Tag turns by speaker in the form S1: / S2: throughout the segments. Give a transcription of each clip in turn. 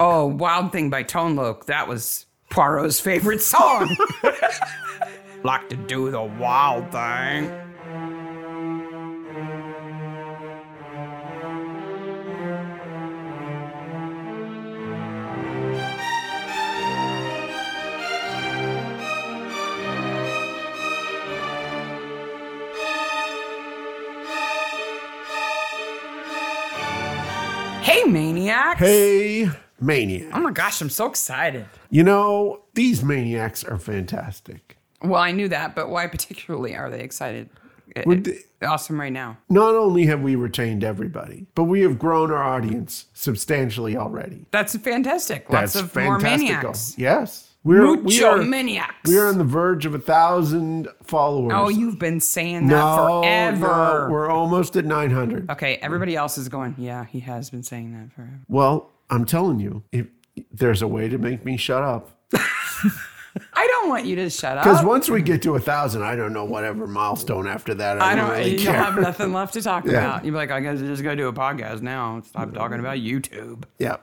S1: Oh, Wild Thing by Tone Loc. That was Poirot's favorite song. like to do the wild thing. Hey, maniacs.
S2: Hey, maniac.
S1: Oh my gosh, I'm so excited.
S2: You know, these maniacs are fantastic.
S1: Well, I knew that, but why particularly are they excited? It-
S2: Would they-
S1: it's awesome right now.
S2: Not only have we retained everybody, but we have grown our audience substantially already.
S1: That's fantastic. Lots
S2: That's
S1: of more
S2: fantastical.
S1: maniacs.
S2: Yes. We're, we
S1: Mucho
S2: are,
S1: maniacs.
S2: we are on the verge of a thousand followers.
S1: oh, you've been saying that
S2: no,
S1: forever. Uh.
S2: no, we're almost at 900.
S1: okay, everybody else is going, yeah, he has been saying that forever.
S2: Well, I'm telling you, if there's a way to make me shut up.
S1: I don't want you to shut
S2: Because
S1: up.
S2: once we get to a thousand, I don't know whatever milestone after that. I,
S1: I
S2: don't,
S1: don't,
S2: really
S1: you
S2: care.
S1: don't have nothing left to talk about. You'd be like, I guess I just go do a podcast now. Stop talking about YouTube.
S2: Yeah.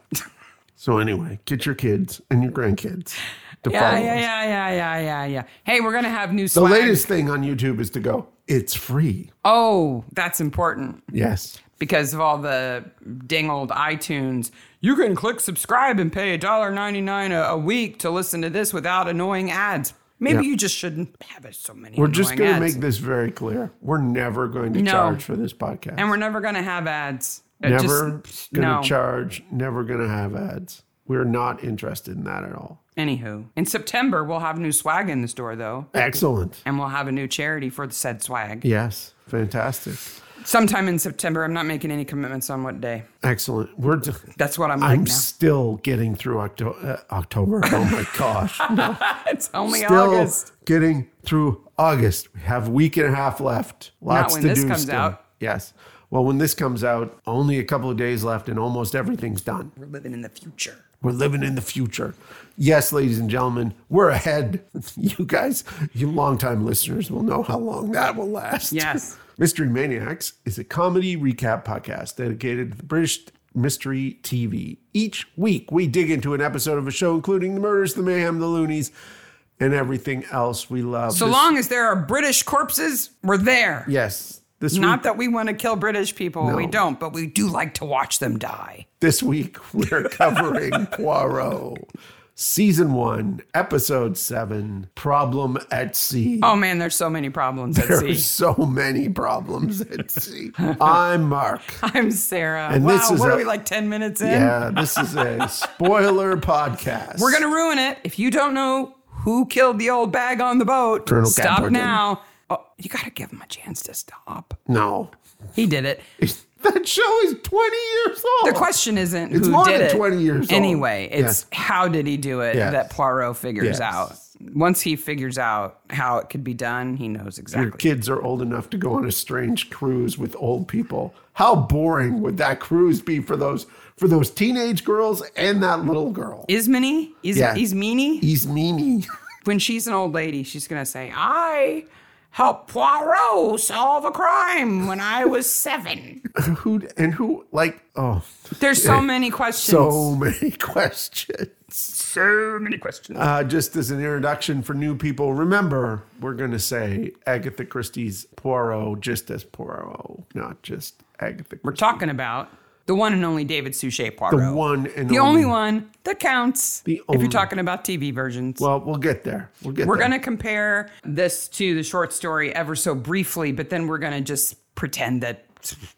S2: So anyway, get your kids and your grandkids to
S1: Yeah,
S2: follow
S1: yeah,
S2: us.
S1: yeah, yeah, yeah, yeah, yeah. Hey, we're gonna have new
S2: The
S1: swag.
S2: latest thing on YouTube is to go. It's free.
S1: Oh, that's important
S2: Yes.
S1: because of all the ding old iTunes. You can click subscribe and pay $1.99 a, a week to listen to this without annoying ads. Maybe
S2: Yeah.
S1: you just shouldn't have so many.
S2: We're just
S1: annoying
S2: going to
S1: ads.
S2: make this very clear. We're never going to
S1: No.
S2: charge for this podcast.
S1: and we're never gonna have ads. It just-
S2: never going to
S1: no.
S2: charge, never going to have ads. We're not interested in that at all.
S1: Anywho, in September we'll have new swag in the store though,
S2: Excellent.
S1: and we'll have a new charity for the said swag.
S2: Yes. Fantastic.
S1: Sometime in September. I'm not making any commitments on what day.
S2: Excellent. We're d-
S1: That's what I'm like
S2: I'm
S1: now.
S2: still getting through Octo- uh, October. Oh my gosh.
S1: it's only
S2: still
S1: August.
S2: getting through August. We have a week and a half left. Lots
S1: when
S2: to
S1: this
S2: do
S1: comes
S2: still.
S1: out.
S2: Yes. Well, when this comes out, only a couple of days left and almost everything's done.
S1: We're living in the future.
S2: We're living in the future. Yes, ladies and gentlemen, we're ahead. You guys, you longtime listeners will know how long that will last.
S1: Yes.
S2: Mystery Maniacs is a comedy recap podcast dedicated to the British mystery TV. Each week, we dig into an episode of a show, including the murders, the mayhem, the loonies, and everything else we love.
S1: So
S2: This-
S1: long as there are British corpses, we're there.
S2: Yes. This
S1: Not
S2: week,
S1: that we want to kill British people, we
S2: No.
S1: don't, but we do like to watch them die.
S2: this week we're covering Poirot, season one, episode seven, Problem at Sea.
S1: Oh man, there's so many problems at
S2: There are
S1: sea.
S2: so many problems at sea. I'm Mark.
S1: I'm Sarah.
S2: And
S1: wow,
S2: this is
S1: what
S2: a-
S1: are we like 10 minutes in?
S2: Yeah, this is a spoiler podcast.
S1: We're gonna ruin it. If you don't know who killed the old bag on the boat,
S2: Colonel
S1: stop
S2: Camperdown.
S1: now. Oh, you gotta give him a chance to stop.
S2: no.
S1: He did it.
S2: That show is 20 years old.
S1: The question isn't
S2: It's
S1: who
S2: more
S1: did
S2: than
S1: it.
S2: 20 years old.
S1: Anyway, it's how did he do it
S2: Yes.
S1: that Poirot figures
S2: Yes.
S1: out. Once he figures out how it could be done, he knows
S2: Your
S1: exactly.
S2: kids are old enough to go on a strange cruise with old people. How boring would that cruise be for those for those teenage girls and that little girl?
S1: Ismini, is
S2: Yeah.
S1: Ismini,
S2: He's meanie.
S1: when she's an old lady, she's gonna say, "I helped Poirot solve a crime when I was seven.
S2: who and who like oh
S1: There's so many questions.
S2: so many questions.
S1: so many questions.
S2: Uh, just as an introduction for new people, remember we're going to say Agatha Christie's Poirot just as Poirot, not just Agatha.
S1: We're
S2: Christie.
S1: talking about the one and only David Suchet Poirot.
S2: The one and
S1: The only one that counts.
S2: The
S1: if
S2: only-
S1: you're talking about TV versions.
S2: Well, we'll get there. We'll get.
S1: We're
S2: there.
S1: going to compare this to the short story ever so briefly, but then we're going to just pretend that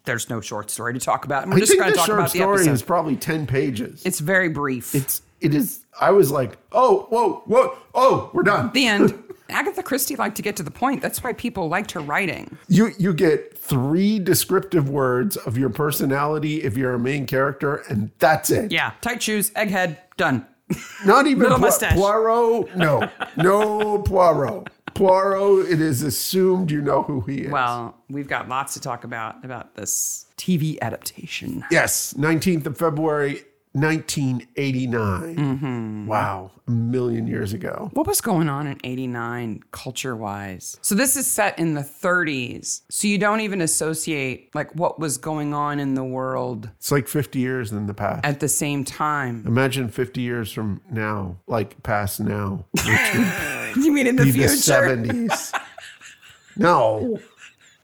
S1: there's no short story to talk about. And we're
S2: I
S1: just
S2: think
S1: going to
S2: the
S1: talk
S2: short
S1: about the
S2: story
S1: episode.
S2: is probably ten pages.
S1: it's very brief.
S2: It's it is. I was like, oh, whoa, whoa, oh, we're done.
S1: the end. Agatha Christie liked to get to the point. That's why people liked her writing.
S2: You you get three descriptive words of your personality if you're a main character, and that's it.
S1: Yeah. Tight shoes, egghead, done.
S2: Not even
S1: Little
S2: Poi-
S1: mustache.
S2: Poirot. No, no Poirot. Poirot. It is assumed you know who he is.
S1: Well, we've got lots to talk about about this TV adaptation.
S2: Yes, nineteenth of February, 1989.
S1: Mm-hmm.
S2: Wow, a million years ago.
S1: What was going on in 89 culture wise? So, this is set in the 30s. So, you don't even associate like what was going on in the world
S2: It's like 50 years in the past.
S1: at the same time.
S2: Imagine 50 years from now, like past now,
S1: You mean in the
S2: be the
S1: future?
S2: 70s. No,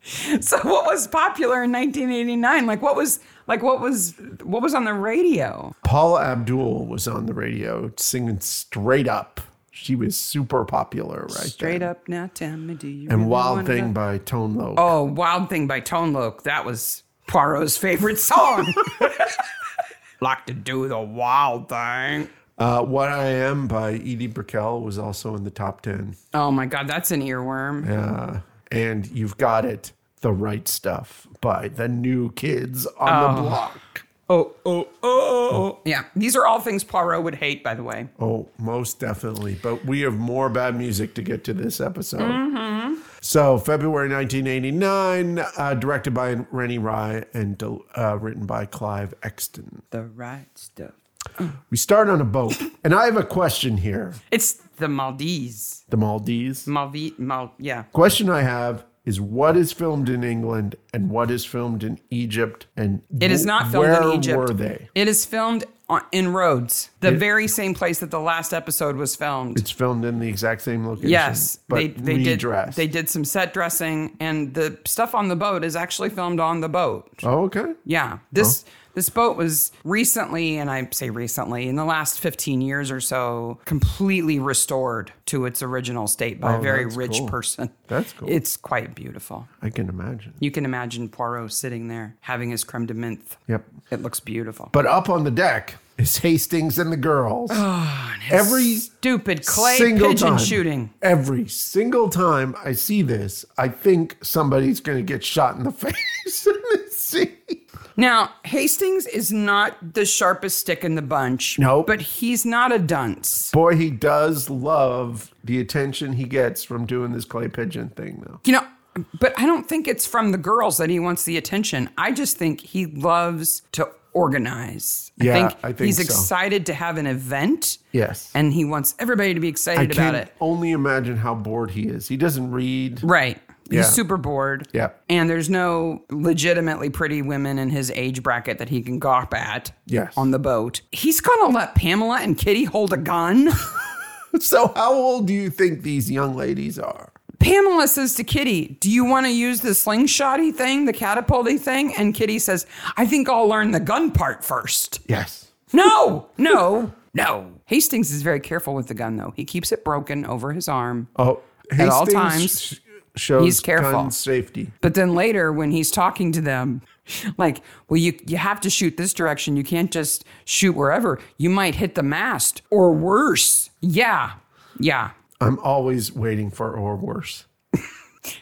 S1: So, what was popular in 1989? Like, what was. Like what was what was on the radio?
S2: Paula Abdul was on the radio singing straight up. She was super popular right
S1: Straight
S2: then.
S1: up now, tell me, do you
S2: And
S1: really
S2: Wild
S1: wanna
S2: Thing
S1: go-
S2: by Tone Loc.
S1: Oh, Wild Thing by Tone Loc. That was Poirot's favorite song. like to do the wild thing.
S2: Uh, what I Am by Edie Brickell was also in the top 10.
S1: Oh my God, that's an earworm.
S2: Uh, and You've Got It, The Right Stuff by The New Kids on the Block.
S1: Oh, oh, oh, oh. Yeah, these are all things Poirot would hate, by the way.
S2: Oh, most definitely. But we have more bad music to get to this episode. So, February 1989, uh, directed by Rennie Rye and uh, written by Clive Exton.
S1: The right stuff.
S2: We start on a boat. and I have a question here.
S1: It's the Maldives.
S2: The Maldives.
S1: Malvi, Mal, yeah.
S2: Question I have is what is filmed in England and what is filmed in Egypt? And
S1: It is
S2: wh-
S1: not filmed
S2: where
S1: in Egypt.
S2: were they?
S1: It is filmed on, in Rhodes, the very same place that the last episode was filmed.
S2: It's filmed in the exact same location.
S1: Yes,
S2: but
S1: they they
S2: redressed.
S1: did. They did some set dressing, and the stuff on the boat is actually filmed on the boat.
S2: oh, okay.
S1: Yeah,
S2: Oh.
S1: this this boat was recently, and I say recently, in the last fifteen years or so, completely restored to its original state by a very
S2: Oh, that's
S1: rich
S2: cool.
S1: person.
S2: That's cool.
S1: It's quite beautiful.
S2: I can imagine.
S1: You can imagine Poirot sitting there having his creme de menthe.
S2: Yep.
S1: It looks beautiful.
S2: But up on the deck is Hastings and the girls. every
S1: Stupid Ah, clay
S2: single
S1: pigeon
S2: time,
S1: shooting.
S2: Every single time I see this, I think somebody's going to get shot in the face in this scene.
S1: Now, Hastings is not the sharpest stick in the bunch.
S2: Nope.
S1: But he's not a dunce.
S2: Boy, he does love the attention he gets from doing this clay pigeon thing, though.
S1: You know, but I don't think it's from the girls that he wants the attention. I just think he loves to organize.
S2: Yeah,
S1: I think,
S2: I think
S1: he's
S2: so.
S1: excited to have an event.
S2: Yes.
S1: And he wants everybody to be
S2: I
S1: excited about
S2: can
S1: it.
S2: only imagine how bored he is. He doesn't read.
S1: Right. He's
S2: Yeah.
S1: super bored.
S2: Yeah.
S1: And there's no legitimately pretty women in his age bracket that he can gawp at
S2: Yes.
S1: on the boat. He's going to let Pamela and Kitty hold a gun.
S2: So, how old do you think these young ladies are?
S1: Pamela says to Kitty, Do you want to use the slingshotty thing, the catapulty thing? And Kitty says, I think I'll learn the gun part first.
S2: Yes.
S1: No, no, no. Hastings is very careful with the gun, though. He keeps it broken over his arm.
S2: Oh,
S1: At all
S2: Hastings
S1: times,
S2: sh- shows
S1: he's careful.
S2: gun safety.
S1: But then later, when he's talking to them, like, well, you, you have to shoot this direction. You can't just shoot wherever. You might hit the mast or worse. Yeah, yeah.
S2: I'm always waiting for or worse.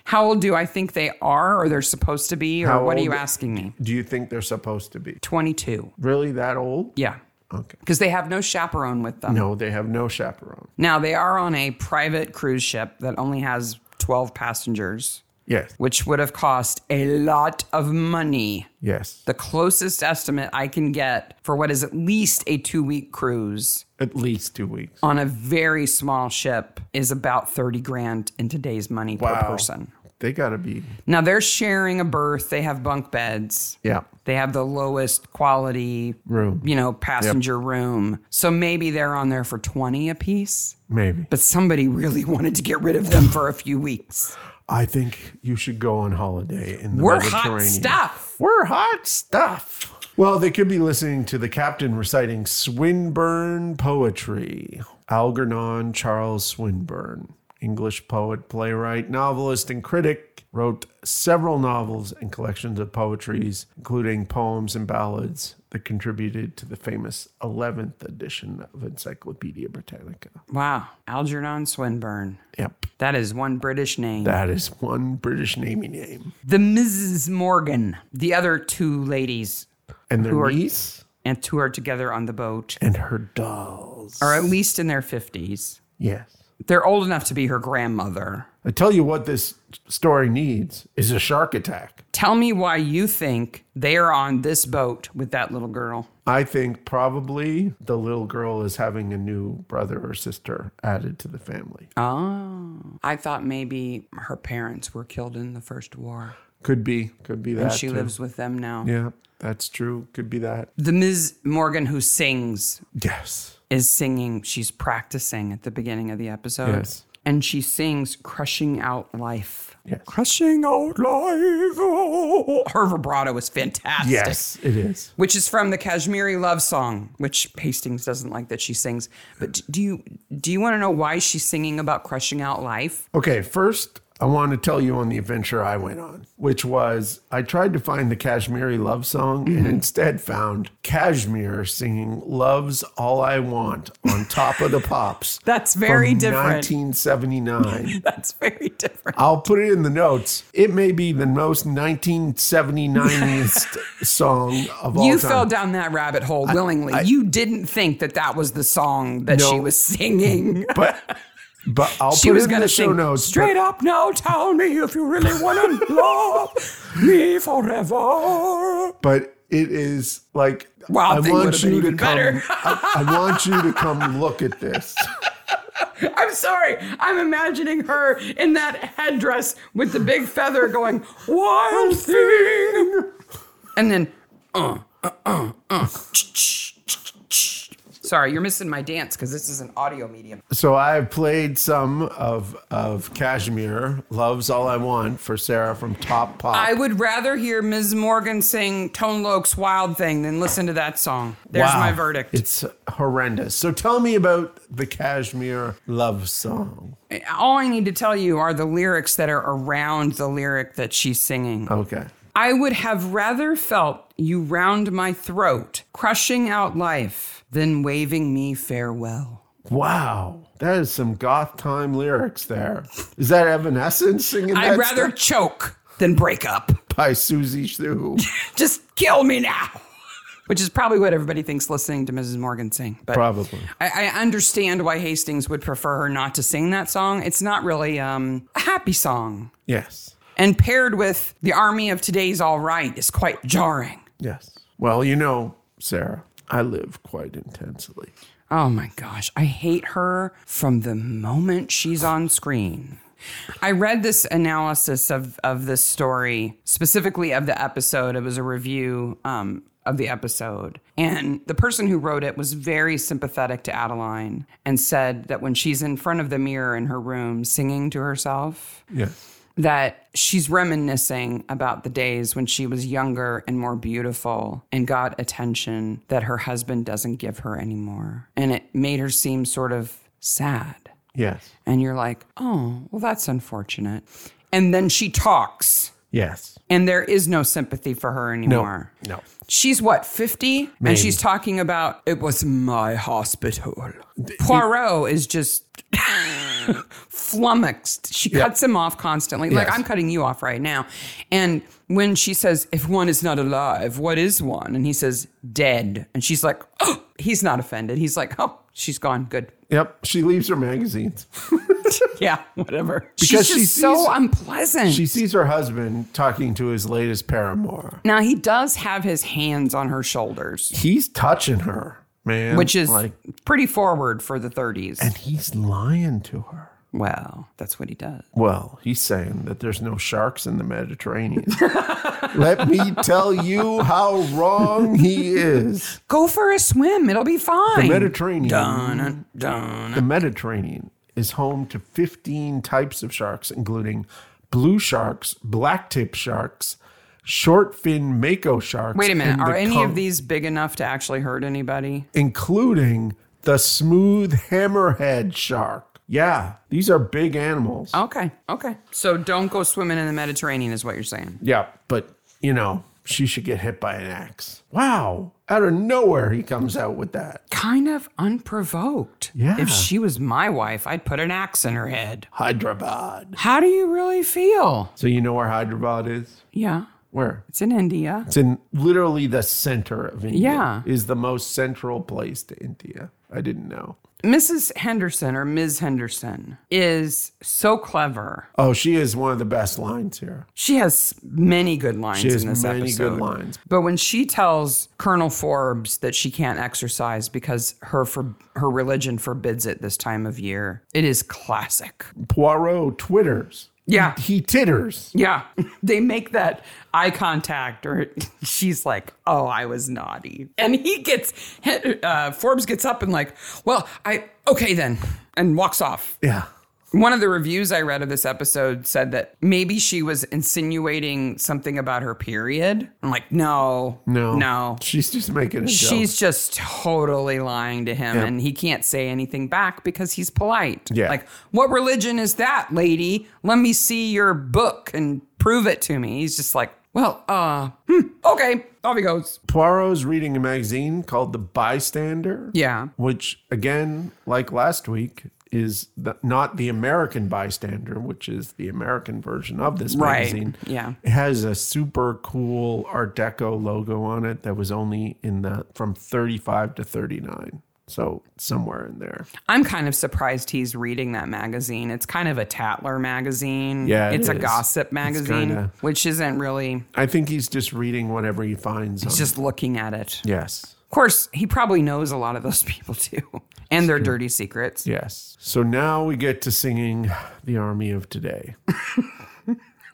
S1: How old do I think they are or they're supposed to be? Or
S2: How
S1: what are
S2: old-
S1: you asking me?
S2: Do you think they're supposed to be
S1: 22.
S2: really that old?
S1: Yeah.
S2: Okay.
S1: Because they have no chaperone with them.
S2: No, they have no chaperone.
S1: Now, they are on a private cruise ship that only has 12 passengers.
S2: Yes.
S1: which would have cost a lot of money.
S2: Yes.
S1: The closest estimate I can get for what is at least a two week cruise
S2: At least two weeks.
S1: on a very small ship is about 30 grand in today's money per person.
S2: They got to be.
S1: Now they're sharing a berth, they have bunk beds.
S2: Yeah.
S1: They have the lowest quality
S2: Room.
S1: you know, passenger room. So maybe they're on there for 20 apiece,
S2: Maybe.
S1: but somebody really wanted to get rid of them for a few weeks.
S2: I think you should go on holiday in the
S1: We're
S2: Mediterranean.
S1: hot stuff.
S2: We're hot stuff. Well, they could be listening to the captain reciting Swinburne poetry. Algernon Charles Swinburne, English poet, playwright, novelist, and critic, wrote several novels and collections of poetries, including poems and ballads that contributed to the famous 11th edition of Encyclopedia Britannica.
S1: Wow. Algernon Swinburne.
S2: Yep,
S1: That is one British name.
S2: that is one British namey name.
S1: the Mrs. Morgan, the other two ladies,
S2: And their niece
S1: and two are together on the boat,
S2: and her dolls.
S1: are at least in their 50s.
S2: Yes.
S1: They're old enough to be her grandmother.
S2: I tell you what this story needs is a shark attack.
S1: Tell me why you think they are on this boat with that little girl.
S2: I think probably the little girl is having a new brother or sister added to the family.
S1: Oh, I thought maybe her parents were killed in the first war
S2: Could be, could be that.
S1: and she
S2: too.
S1: lives with them now.
S2: Yeah, that's true. Could be that.
S1: The Ms. Morgan who sings
S2: Yes.
S1: is singing. She's practicing at the beginning of the episode.
S2: Yes.
S1: And she sings Crushing Out Life.
S2: Yes.
S1: Crushing Out Life. oh. Her vibrato is fantastic.
S2: Yes, it is.
S1: Which is from the Kashmiri love song, which Hastings doesn't like that she sings. But d- do you do you want to know why she's singing about crushing out life?
S2: Okay, first, I want to tell you on the adventure I went on, which was I tried to find the Kashmiri love song
S1: Mm-hmm.
S2: and instead found Kashmir singing Love's All I Want on top of the pops.
S1: That's very
S2: from
S1: different.
S2: 1979.
S1: That's very different.
S2: I'll put it in the notes. It may be the most 1979st song of all
S1: you
S2: time.
S1: fell down that rabbit hole willingly. you didn't think that that was the song that she
S2: No.
S1: was singing.
S2: but but I'll
S1: She
S2: put
S1: was
S2: it in
S1: going
S2: the
S1: to
S2: show
S1: sing
S2: notes.
S1: straight up now. Tell me if you really want to love me forever.
S2: But it is like
S1: Wow,
S2: I
S1: thing
S2: want
S1: would've
S2: you
S1: been
S2: to
S1: even
S2: come.
S1: better.
S2: I, I want you to come look at this.
S1: I'm sorry. I'm imagining her in that headdress with the big feather going, Wild thing. And then, uh, uh, uh, uh. Sorry, you're missing my dance because this is an audio medium.
S2: So I played some of of Kashmir, "Love's All I Want" for Sarah from Top Pop.
S1: I would rather hear Ms. Morgan sing Tone Loke's Wild Thing than listen to that song. There's
S2: Wow.
S1: my verdict.
S2: It's horrendous. So tell me about the Kashmir love song.
S1: All I need to tell you are the lyrics that are around the lyric that she's singing.
S2: Okay.
S1: I would have rather felt you round my throat, crushing out life, than waving me farewell.
S2: Wow. That is some goth time lyrics there. Is that Evanescence singing that
S1: I'd rather
S2: stuff
S1: choke than break up.
S2: by Susie Sue?
S1: Just kill me now. Which is probably what everybody thinks listening to Mrs. Morgan sing. But
S2: Probably.
S1: I, I understand why Hastings would prefer her not to sing that song. It's not really um, a happy song.
S2: Yes.
S1: And paired with the army of today's all right is quite jarring.
S2: Yes. Well, you know, Sarah, I live quite intensely.
S1: Oh my gosh, I hate her from the moment she's on screen. I read this analysis of, of this story, specifically of the episode. It was a review um, of the episode. And the person who wrote it was very sympathetic to Adeline and said that when she's in front of the mirror in her room singing to herself,
S2: Yes.
S1: that she's reminiscing about the days when she was younger and more beautiful and got attention that her husband doesn't give her anymore. And it made her seem sort of sad.
S2: Yes.
S1: And you're like, oh, well, that's unfortunate. And then she talks,
S2: Yes.
S1: and there is no sympathy for her anymore.
S2: No.
S1: She's what, 50? And she's talking about, it was my hospital. Poirot is just flummoxed. She cuts him off constantly. Like,
S2: Yes.
S1: I'm cutting you off right now. And when she says, if one is not alive, what is one? And he says, dead. And she's like, oh, he's not offended. He's like, oh, she's gone. Good.
S2: Yep. She leaves her magazines.
S1: Yeah, whatever.
S2: Because
S1: she's just
S2: she sees-
S1: so unpleasant.
S2: She sees her husband talking to his latest paramour.
S1: now, he does have his hands on her shoulders,
S2: He's touching her, man.
S1: which is
S2: like,
S1: pretty forward for the 30s.
S2: and he's lying to her.
S1: Well, that's what he does.
S2: Well, he's saying that there's no sharks in the Mediterranean. Let me tell you how wrong he is.
S1: Go for a swim. It'll be fine.
S2: Mediterranean.
S1: Dun, dun.
S2: The Mediterranean is home to 15 types of sharks, including blue sharks, black tip sharks, short fin mako sharks.
S1: Wait a minute.
S2: and
S1: Are
S2: the
S1: any
S2: con-
S1: of these big enough to actually hurt anybody?
S2: including the smooth hammerhead shark? Yeah, these are big animals.
S1: Okay. Okay. So don't go swimming in the Mediterranean, is what you're saying.
S2: Yeah, but you know, she should get hit by an axe. Wow. Out of nowhere, he comes out with that.
S1: Kind of unprovoked.
S2: Yeah.
S1: If she was my wife, I'd put an axe in her head.
S2: Hyderabad.
S1: How do you really feel?
S2: So, you know where Hyderabad is?
S1: Yeah.
S2: Where?
S1: It's in India.
S2: It's in literally the center of India.
S1: Yeah.
S2: Is the most central place to India. I didn't know.
S1: Mrs. Henderson or Ms. Henderson is so clever.
S2: Oh, she is one of the best lines here.
S1: She has many good lines
S2: She has
S1: in this
S2: many
S1: episode.
S2: good lines.
S1: But when she tells Colonel Forbes that she can't exercise because her for, her religion forbids it this time of year, it is classic.
S2: Poirot twitters.
S1: Yeah.
S2: He titters.
S1: Yeah. They make that eye contact, or she's like, oh, I was naughty. And he gets, uh, Forbes gets up and, like, well, I, okay then, and walks off.
S2: Yeah.
S1: One of the reviews I read of this episode said that maybe she was insinuating something about her period. I'm like, no,
S2: No.
S1: no.
S2: She's just making a
S1: She's just totally lying to him, and he can't say anything back because he's polite.
S2: Yeah.
S1: Like, what religion is that, lady? Let me see your book and prove it to me. He's just like, well, uh, hmm, okay, off he goes.
S2: joke. Poirot's reading a magazine called The Bystander.
S1: Yeah.
S2: Which, again, like last week, is the, not the American Bystander, which is the American version of this
S1: Right.
S2: magazine.
S1: Yeah.
S2: It has a super cool Art Deco logo on it that was only in the from 35 to 39. So somewhere in there.
S1: I'm kind of surprised he's reading that magazine. It's kind of a Tatler magazine.
S2: Yeah, it
S1: it's a
S2: is.
S1: gossip magazine,
S2: kinda-
S1: which isn't really
S2: I think he's just reading whatever he finds.
S1: it's
S2: on-
S1: just looking at it.
S2: yes.
S1: Of course, he probably knows a lot of those people too, and their dirty secrets.
S2: Yes. So now we get to singing The Army of Today.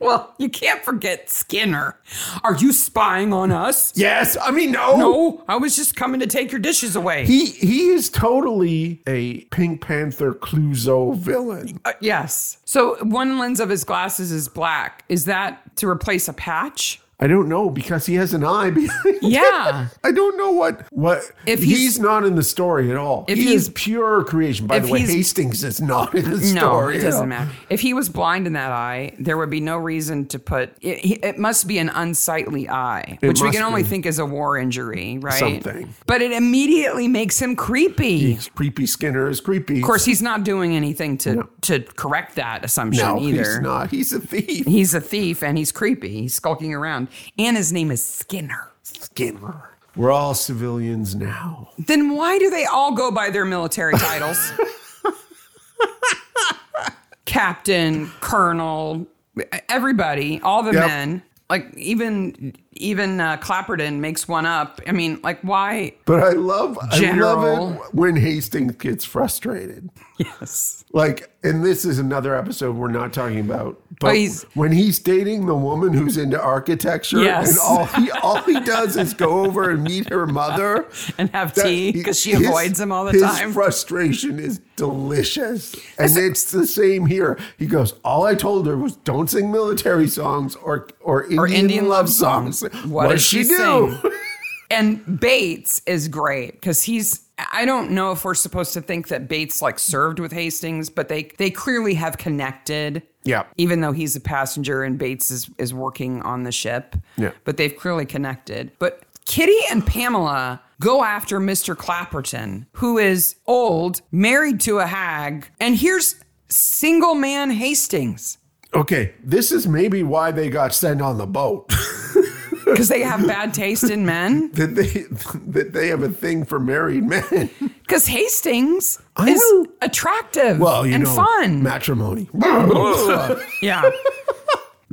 S1: Well, you can't forget Skinner. Are you spying on us?
S2: Yes. I mean, no.
S1: No, I was just coming to take your dishes away.
S2: He, he is totally a Pink Panther Clouseau villain.
S1: Uh, yes. So one lens of his glasses is black. Is that to replace a patch?
S2: I don't know because he has an eye. behind-
S1: Yeah.
S2: I don't know what what
S1: If
S2: if
S1: he's-
S2: he's, not in the story at all.
S1: If
S2: he
S1: he's-
S2: is pure creation. By
S1: if
S2: the way,
S1: he's-
S2: Hastings is not in the
S1: No,
S2: story.
S1: it
S2: at all.
S1: doesn't matter. If he was blind in that eye, there would be no reason to put it. he- It must be an unsightly eye, which we
S2: must
S1: can only
S2: be.
S1: think is a war injury, right?
S2: Something.
S1: But it immediately makes him creepy.
S2: He's creepy Skinner is creepy.
S1: of course, he's not doing anything to to correct that assumption
S2: no,
S1: either.
S2: he's not. He's a thief.
S1: He's a thief and he's creepy. He's skulking around, and his name is Skinner.
S2: Skinner. We're all civilians now.
S1: Then why do they all go by their military titles? Captain, Colonel, everybody, all the
S2: Yep.
S1: men. Like even even uh, Clapperton makes one up. I mean, like why?
S2: But I love I
S1: General.
S2: love it when Hastings gets frustrated.
S1: Yes.
S2: Like, and this is another episode we're not talking about. But
S1: Oh, he's-
S2: when he's dating the woman who's into architecture,
S1: Yes.
S2: and all he all he does is go over and meet her mother
S1: And have
S2: that-
S1: tea because she
S2: his-
S1: avoids him all the
S2: his
S1: time.
S2: Frustration is delicious, and it's the same here. He goes, "All I told her was don't sing military songs or or Indian,
S1: Indian love
S2: love songs.
S1: What
S2: What'd
S1: does she
S2: do?"
S1: sing? And Bates is great because he's. I don't know if we're supposed to think that Bates like served with Hastings, but they they clearly have connected.
S2: Yeah.
S1: Even though he's a passenger and Bates is is working on the ship.
S2: Yeah.
S1: But they've clearly connected. But Kitty and Pamela go after Mr. Clapperton, who is old, married to a hag, and here's single man Hastings
S2: Okay, this is maybe why they got sent on the boat.
S1: because they have bad taste in men.
S2: that they that they have a thing for married men.
S1: Because Hastings
S2: I
S1: is
S2: know.
S1: attractive
S2: Well, you
S1: and
S2: know,
S1: fun.
S2: matrimony.
S1: yeah.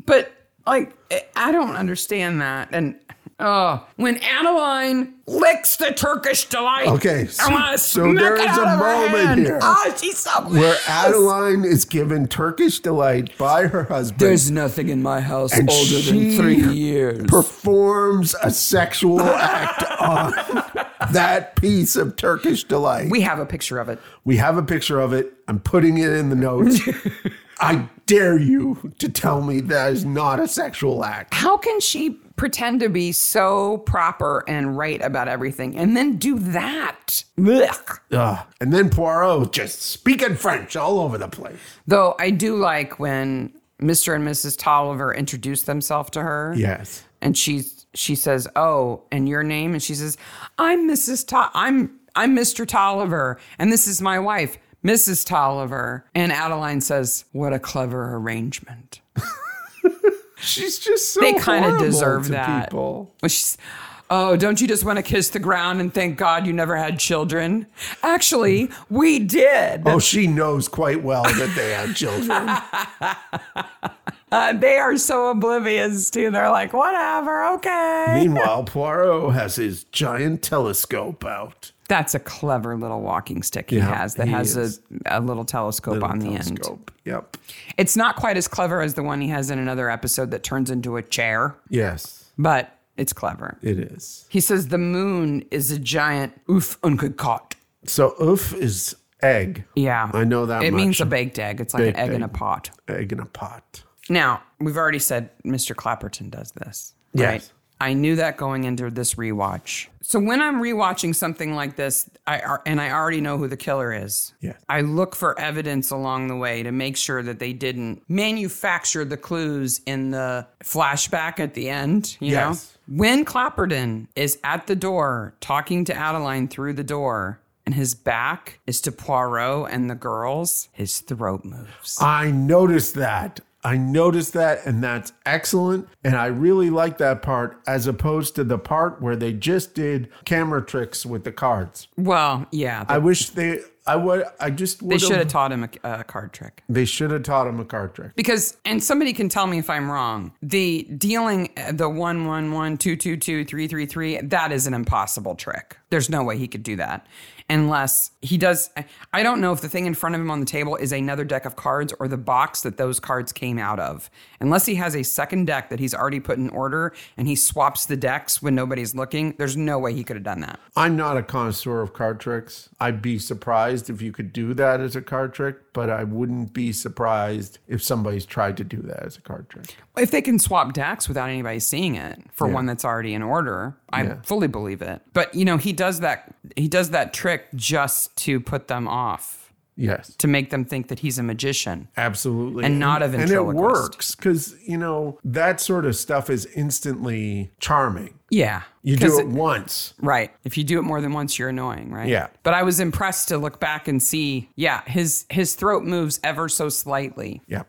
S1: But like, I- I don't understand that. And oh, when Adeline licks the Turkish delight.
S2: Okay,
S1: I
S2: so-
S1: want to
S2: so
S1: smack
S2: there
S1: it
S2: is
S1: out
S2: a
S1: of her
S2: moment
S1: hand.
S2: here
S1: Oh, she's so
S2: Where
S1: gross.
S2: Adeline is given Turkish delight by her husband.
S3: There's nothing in my house
S2: and
S3: older
S2: she
S3: than three years.
S2: Performs a sexual act on that piece of Turkish delight.
S1: we have a picture of it.
S2: We have a picture of it. I'm putting it in the notes. I dare you to tell me that is not a sexual act.
S1: How can she pretend to be so proper and right about everything and then do that? Ugh.
S2: Ugh. And then Poirot just speaking French all over the place.
S1: Though I do like when Mr. and Mrs. Tolliver introduce themselves to her.
S2: Yes.
S1: And she she says, "Oh, and your name?" And she says, "I'm Mrs. To- I'm I'm Mr. Tolliver, and this is my wife, Mrs. Tolliver." And Adeline says, "What a clever arrangement."
S2: She's just so
S1: They kinda
S2: horrible
S1: deserve
S2: to
S1: that.
S2: people.
S1: Well, she's, oh, don't you just want to kiss the ground and thank God you never had children? Actually, we did.
S2: Oh, she knows quite well that they have children.
S1: Uh, they are so oblivious to. They're like, whatever, okay.
S2: Meanwhile, Poirot has his giant telescope out.
S1: That's a clever little walking stick he
S2: Yeah,
S1: has that
S2: he
S1: has
S2: is.
S1: a, a little telescope on the end.
S2: telescope. Yep.
S1: It's not quite as clever as the one he has in another episode that turns into a chair,
S2: Yes,
S1: but it's clever.
S2: it is.
S1: He says the moon is a giant oof ungekocht.
S2: So oof is egg.
S1: Yeah.
S2: I know that
S1: It
S2: much.
S1: means a baked egg. It's like
S2: Baked
S1: an egg in a
S2: egg.
S1: pot.
S2: egg in a pot.
S1: Now, we've already said Mr. Clapperton does this.
S2: Yes.
S1: I knew that going into this rewatch. So when I'm rewatching something like this, I ar- and I already know who the killer is.
S2: Yes.
S1: I look for evidence along the way to make sure that they didn't manufacture the clues in the flashback at the end, you
S2: Yes.
S1: know. When Clapperton is at the door talking to Adeline through the door and his back is to Poirot and the girls, his throat moves.
S2: I noticed that. I noticed that, and that's excellent. And I really like that part as opposed to the part where they just did camera tricks with the cards.
S1: Well, yeah.
S2: I wish they, I would, I just
S1: They
S2: would
S1: should have taught him a, a card trick.
S2: They should have taught him a card trick.
S1: Because, and somebody can tell me if I'm wrong. The dealing uh, the one one one two two two three three three that is an impossible trick. There's no way he could do that, unless he does. I- I don't know if the thing in front of him on the table is another deck of cards or the box that those cards came out of. Unless he has a second deck that he's already put in order and he swaps the decks when nobody's looking. There's no way he could have done that.
S2: I'm not a connoisseur of card tricks. I'd be surprised if you could do that as a card trick, but I wouldn't be surprised if somebody's tried to do that as a card trick.
S1: If they can swap decks without anybody seeing it for one that's already in order, I fully believe it. But you know, he does that he does that trick just to put them off,
S2: Yes,
S1: to make them think that he's a magician.
S2: absolutely.
S1: And not a
S2: And it
S1: ventriloquist.
S2: works because, you know, that sort of stuff is instantly charming.
S1: Yeah.
S2: You
S1: 'Cause
S2: do it once.
S1: Right. If you do it more than once, you're annoying, right?
S2: Yeah.
S1: But I was impressed to look back and see, yeah, his his throat moves ever so slightly.
S2: Yeah.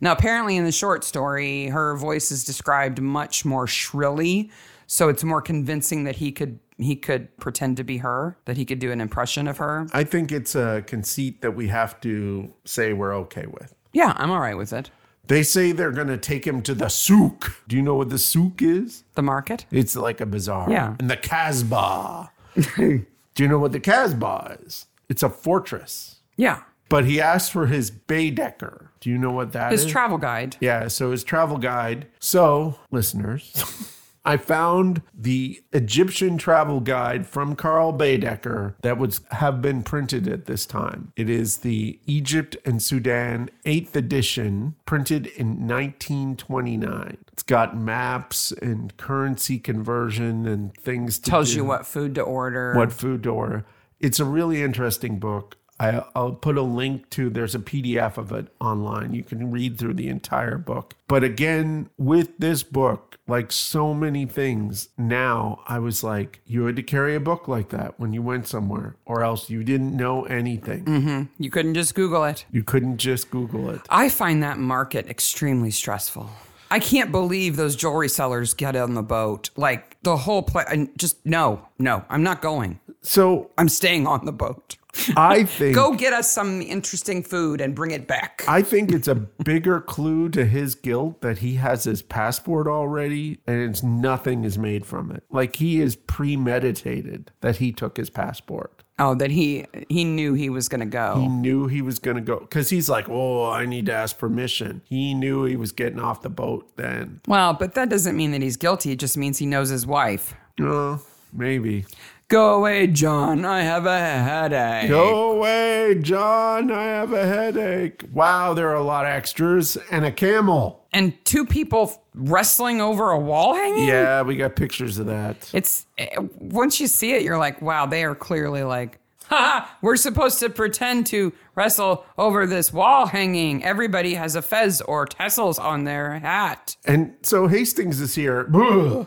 S1: Now, apparently, in the short story, her voice is described much more shrilly, so it's more convincing that he could he could pretend to be her, that he could do an impression of her.
S2: I think it's a conceit that we have to say we're okay with.
S1: Yeah, I'm all right with it.
S2: They say they're going to take him to the souk. Do you know what the souk is?
S1: The market.
S2: It's like a bazaar.
S1: Yeah.
S2: And the Casbah. Do you know what the Casbah is? It's a fortress.
S1: Yeah,
S2: But he asked for his Baedecker. Do you know what that is?
S1: his travel guide.
S2: yeah, so his travel guide. So, listeners, I found the Egyptian travel guide from Carl Baedecker that would have been printed at this time. It is the Egypt and Sudan 8th edition, printed in 1929. It's got maps and currency conversion and things to
S1: Tells
S2: do
S1: you what food to order.
S2: what food to order. It's a really interesting book. I, I'll put a link to there's a PDF of it online. You can read through the entire book. But again, with this book, like so many things now, I was like, you had to carry a book like that when you went somewhere, or else you didn't know anything.
S1: You couldn't just Google it.
S2: You couldn't just Google it.
S1: I find that market extremely stressful. I can't believe those jewelry sellers get on the boat. Like the whole place. Just no, no, I'm not going.
S2: So
S1: I'm staying on the boat.
S2: I think
S1: Go get us some interesting food and bring it back.
S2: I think it's a bigger clue to his guilt that he has his passport already and it's nothing is made from it. Like he is premeditated that he took his passport.
S1: oh, that he he knew he was going to
S2: He
S1: go.
S2: knew he was going to go cuz he's like, "Oh, I need to ask permission." He knew he was getting off the boat then.
S1: Well, but that doesn't mean that he's guilty. It just means he knows his wife.
S2: Oh, maybe.
S1: Go away, John. I have a headache.
S2: Go away, John. I have a headache. Wow, there are a lot of extras and a camel.
S1: And two people wrestling over a wall hanging.
S2: Yeah, we got pictures of that.
S1: It's eh, once you see it, you're like, wow, they are clearly like, ha! We're supposed to pretend to wrestle over this wall hanging. Everybody has a fez or tassels on their hat.
S2: And so Hastings is here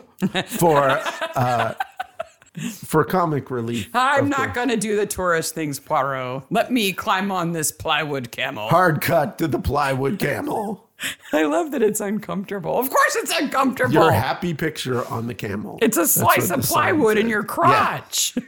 S2: for uh, for comic relief.
S1: I'm not going to do the tourist things, Poirot. Let me climb on this plywood camel.
S2: Hard cut to the plywood camel.
S1: I love that it's uncomfortable. Of course, it's uncomfortable.
S2: Your happy picture on the camel.
S1: It's a
S2: That's
S1: slice
S2: what
S1: of
S2: the sign
S1: plywood in
S2: said.
S1: your
S2: Yeah.
S1: crotch.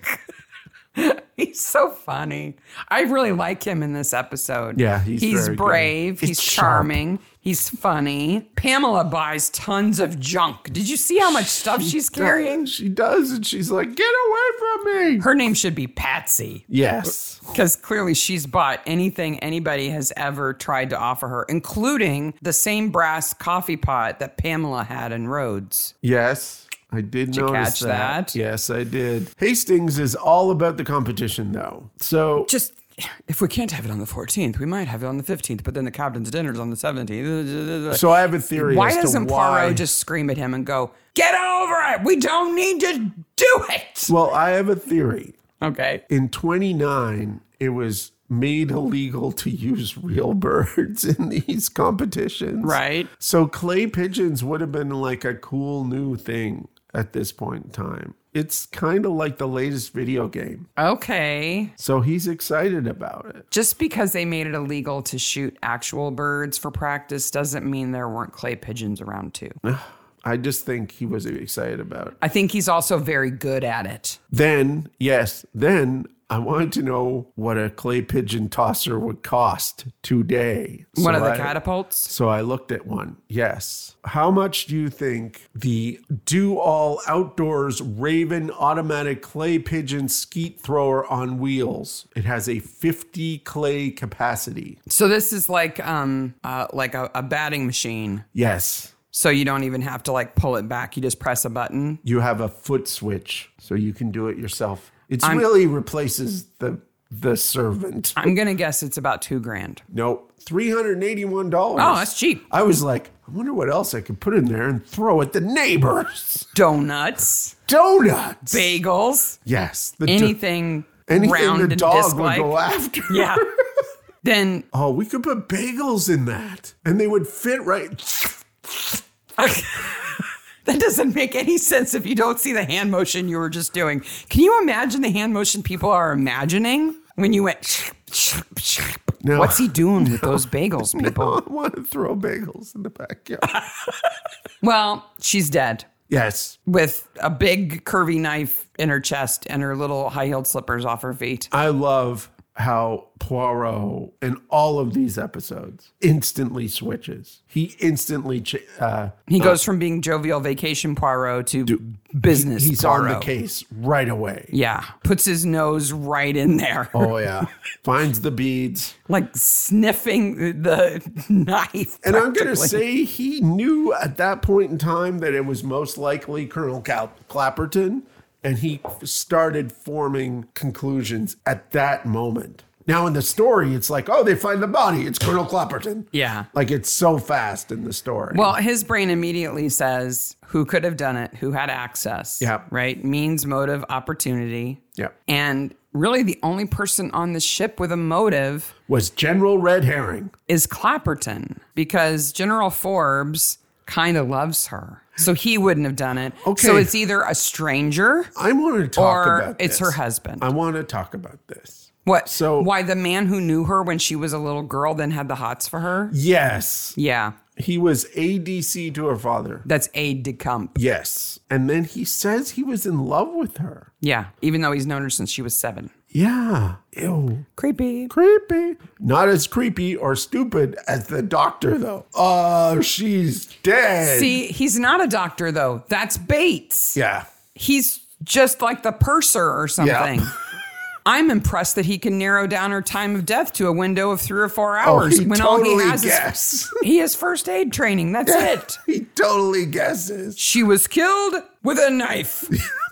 S1: he's so funny. I really like him in this episode.
S2: Yeah, he's very good.
S1: brave.
S2: He's
S1: He's,
S2: sharp.
S1: charming. He's funny. Pamela buys tons of junk. Did you see how much stuff she's carrying?
S2: She does, and she's like, "Get away from me!"
S1: Her name should be Patsy
S2: Yes.
S1: because clearly she's bought anything anybody has ever tried to offer her, including the same brass coffee pot that Pamela had in Rhodes.
S2: Yes, I did
S1: you
S2: notice
S1: catch that?
S2: Yes, I did. Hastings is all about the competition, though. So
S1: just if we can't have it on the 14th, we might have it on the 15th, but then the captain's dinner's on the 17th.
S2: So I have a theory.
S1: why
S2: as to
S1: doesn't
S2: why,
S1: Poirot just scream at him and go, Get over it! We don't need to do it!
S2: Well, I have a theory.
S1: Okay.
S2: In 29, it was made illegal to use real birds in these competitions.
S1: Right.
S2: So clay pigeons would have been like a cool new thing at this point in time. It's kind of like the latest video game.
S1: Okay.
S2: So he's excited about it.
S1: Just because they made it illegal to shoot actual birds for practice doesn't mean there weren't clay pigeons around too.
S2: I just think he was excited about it.
S1: I think he's also very good at it.
S2: Then, yes, then I wanted to know what a clay pigeon tosser would cost today.
S1: One
S2: So
S1: of the
S2: I-
S1: catapults?
S2: So I looked at one. Yes. How much do you think the do all outdoors Raven automatic clay pigeon skeet thrower on wheels? It has a 50 clay capacity.
S1: So this is like um uh, like a, a batting machine.
S2: Yes.
S1: So you don't even have to like pull it back. You just press a button.
S2: You have a foot switch so you can do it yourself. It really replaces the the servant.
S1: I'm gonna guess it's about two grand.
S2: Nope. $381.
S1: Oh, that's cheap.
S2: I was like, I wonder what else I could put in there and throw at the neighbors.
S1: Donuts,
S2: Donuts.
S1: bagels,
S2: Yes. The do-
S1: anything,
S2: anything
S1: round
S2: the
S1: and
S2: dog would
S1: disc-like.
S2: go after.
S1: Yeah. then
S2: Oh, we could put bagels in that, and they would fit right.
S1: that doesn't make any sense if you don't see the hand motion you were just doing. Can you imagine the hand motion people are imagining when you went?
S2: No.
S1: What's he doing with those bagels, people?
S2: I want to throw bagels in the backyard.
S1: Well, she's dead
S2: yes,
S1: with a big curvy knife in her chest and her little high heeled slippers off her feet.
S2: I love how Poirot in all of these episodes instantly switches. He instantly ch- uh,
S1: He goes from being jovial vacation Poirot to business.
S2: he's
S1: Poirot.
S2: on the case right away.
S1: Yeah, puts his nose right in there,
S2: Oh yeah, finds the beads.
S1: like sniffing the knife.
S2: And I'm going to
S1: practically.
S2: say he knew at that point in time that it was most likely Colonel Cal- Clapperton, and he started forming conclusions at that moment. Now, in the story, it's like, oh, they find the body. It's Colonel Clapperton.
S1: Yeah.
S2: Like it's so fast in the story.
S1: Well, his brain immediately says, "Who could have done it? Who had access?
S2: Yeah.
S1: right. Means, motive, opportunity.
S2: Yeah.
S1: And really, the only person on the ship with a motive
S2: was General Red Herring.
S1: is Clapperton because General Forbes kind of loves her, so he wouldn't have done it. So
S2: Okay.
S1: it's either a stranger."
S2: I want to talk
S1: Or
S2: about
S1: it's
S2: this.
S1: her husband.
S2: I want to talk about this.
S1: What?
S2: So-
S1: why the man who knew her when she was a little girl then had the hots for her?
S2: Yes.
S1: Yeah,
S2: He was ADC to her father.
S1: that's aide de camp.
S2: Yes. And then he says he was in love with her.
S1: Yeah, even though he's known her since she was seven.
S2: Yeah. Ew.
S1: Creepy.
S2: Creepy. Not as creepy or stupid as the doctor, though. Oh, she's dead.
S1: See, he's not a doctor though. That's Bates.
S2: Yeah.
S1: He's just like the purser or something. I'm impressed that he can narrow down her time of death to a window of three or four
S2: Oh,
S1: hours
S2: he
S1: when
S2: totally
S1: all he has is
S2: guesses.
S1: he has first aid training. That's it.
S2: he totally guesses.
S1: She was killed with a knife.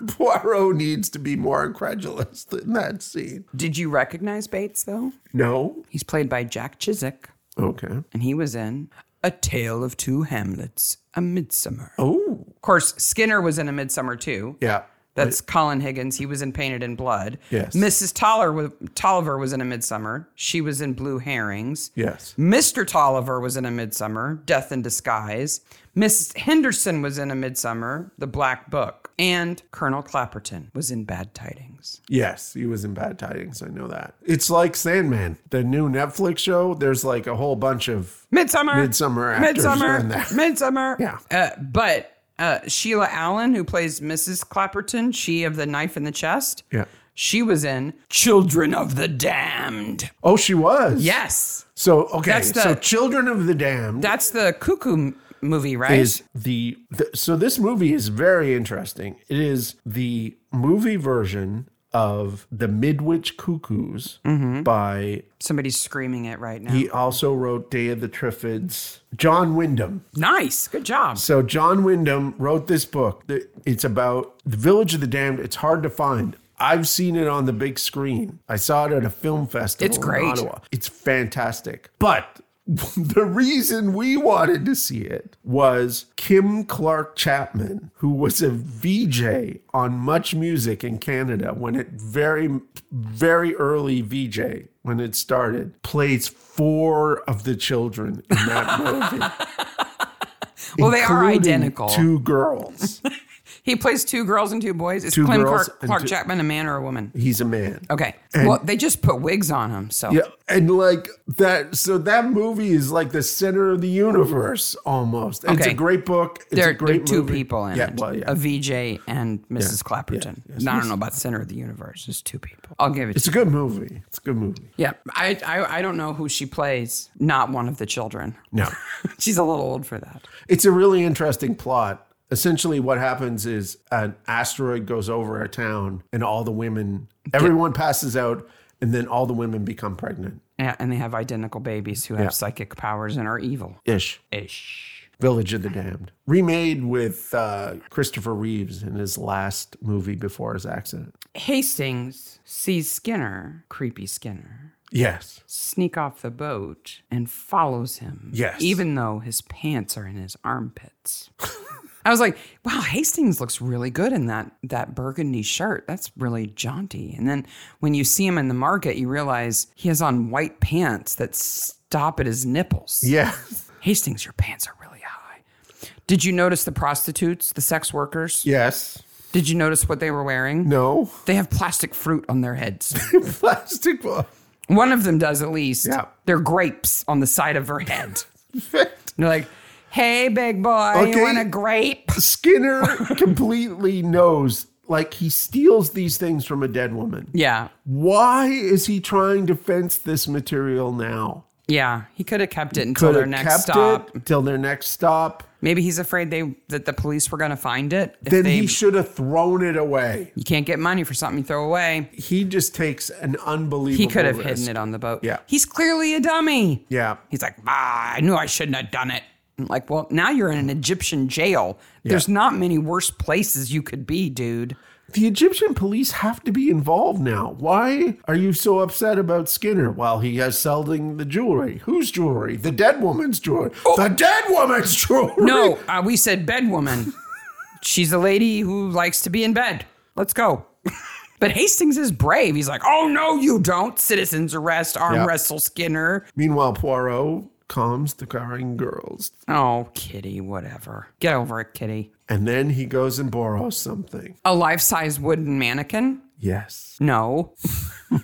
S2: Poirot needs to be more incredulous than that scene.
S1: Did you recognize Bates though?
S2: No.
S1: He's played by Jack Chiswick.
S2: Okay.
S1: and he was in A Tale of Two Hamlets, A Midsummer.
S2: Oh.
S1: Of course, Skinner was in A Midsummer too.
S2: Yeah.
S1: That's Colin Higgins. He was in Painted in Blood.
S2: Yes.
S1: Mrs. Toller was, Tolliver was in A Midsummer. She was in Blue Herrings.
S2: Yes.
S1: Mr. Tolliver was in A Midsummer, Death in Disguise. Mrs. Henderson was in A Midsummer, The Black Book. And Colonel Clapperton was in bad tidings.
S2: Yes, he was in Bad Tidings. I know that. It's like Sandman, the new Netflix show. There's like a whole bunch of
S1: Midsummer.
S2: Midsummer actors are in
S1: Midsummer.
S2: there.
S1: Midsummer.
S2: Yeah.
S1: Uh, but uh, Sheila Allen, who plays Mrs. Clapperton, she of the knife in the chest.
S2: Yeah.
S1: She was in Children of the Damned.
S2: Oh, she was.
S1: Yes.
S2: So okay.
S1: That's the-
S2: so Children of the Damned
S1: That's the cuckoo m- movie, right?
S2: is the, the so this movie is very interesting. It is the movie version of The Midwich Cuckoos
S1: Mm-hmm.
S2: by
S1: Somebody's screaming it right now.
S2: he also wrote Day of the Triffids, John Wyndham.
S1: nice. Good job.
S2: So John Wyndham wrote this book. that- It's about the Village of the Damned. It's hard to find. I've seen it on the big screen. I saw it at a film festival.
S1: It's great.
S2: In Ottawa. It's fantastic. But the reason we wanted to see it was Kim Clark Chapman, who was a VJ on Much Music in Canada when it very, very early VJ when it started, plays four of the children in that movie.
S1: Well, they are
S2: including
S1: identical.
S2: Two girls.
S1: He plays two girls and two boys. Is
S2: Two
S1: Clem
S2: girls
S1: Clark,
S2: and
S1: Clark
S2: two-
S1: Chapman a man or a woman?
S2: He's a man.
S1: Okay. well, they just put wigs on him. So
S2: Yeah, and like that. So that movie is like the center of the universe almost. It's
S1: Okay.
S2: a great book. It's
S1: there, there are
S2: a great
S1: two
S2: movie.
S1: people in
S2: yeah,
S1: it
S2: Well, yeah.
S1: a VJ and Mrs. Clapperton. I don't know about the center of the universe. It's two people. I'll give it
S2: it's
S1: to
S2: a
S1: you.
S2: good movie. It's a good movie.
S1: Yeah. I, I, I don't know who she plays. Not one of the children.
S2: No,
S1: She's a little old for that.
S2: it's a really interesting plot. Essentially, what happens is an asteroid goes over our town, and all the women, everyone passes out, and then all the women become pregnant.
S1: Yeah, and they have identical babies who have psychic powers and are evil.
S2: Ish.
S1: Ish.
S2: Village of the Damned, remade with uh, Christopher Reeves in his last movie before his accident.
S1: Hastings sees Skinner, creepy Skinner,
S2: Yes.
S1: sneak off the boat and follows him.
S2: Yes.
S1: Even though his pants are in his armpits. I was like, wow, Hastings looks really good in that that burgundy shirt. That's really jaunty. And then when you see him in the market, you realize he has on white pants that stop at his nipples.
S2: Yeah.
S1: Hastings, your pants are really high. Did you notice the prostitutes, the sex workers?
S2: Yes.
S1: Did you notice what they were wearing?
S2: No.
S1: They have plastic fruit on their heads.
S2: Plastic. bo-
S1: One of them does at least.
S2: Yeah.
S1: They're grapes on the side of her head. They're like, hey, big boy, you
S2: Okay.
S1: want a grape?
S2: Skinner completely knows, like, he steals these things from a dead woman.
S1: Yeah.
S2: Why is he trying to fence this material now?
S1: Yeah. He could have kept it until their
S2: Could've
S1: next stop.
S2: it till their next stop.
S1: Maybe he's afraid they that the police were going to find it. If
S2: Then
S1: they,
S2: he should have thrown it away.
S1: you can't get money for something you throw away.
S2: He just takes an unbelievable.
S1: He could have
S2: risk.
S1: hidden it on the boat.
S2: Yeah.
S1: He's clearly a dummy.
S2: Yeah.
S1: He's like, ah, I knew I shouldn't have done it. I'm like, well, now you're in an Egyptian jail. There's not many worse places you could be, dude.
S2: The Egyptian police have to be involved now. Why are you so upset about Skinner while he has selling the jewelry? Whose jewelry? The dead woman's jewelry. The dead woman's jewelry.
S1: Oh. No, uh, we said bed woman. She's a lady who likes to be in bed. Let's go. but Hastings is brave. He's like, oh, no, you don't. Citizens arrest, arm
S2: Yeah.
S1: wrestle Skinner.
S2: Meanwhile, Poirot calms the crying girls,
S1: Oh, kitty, whatever. Get over it, kitty.
S2: and then he goes and borrows something.
S1: A life size wooden mannequin?
S2: Yes.
S1: No.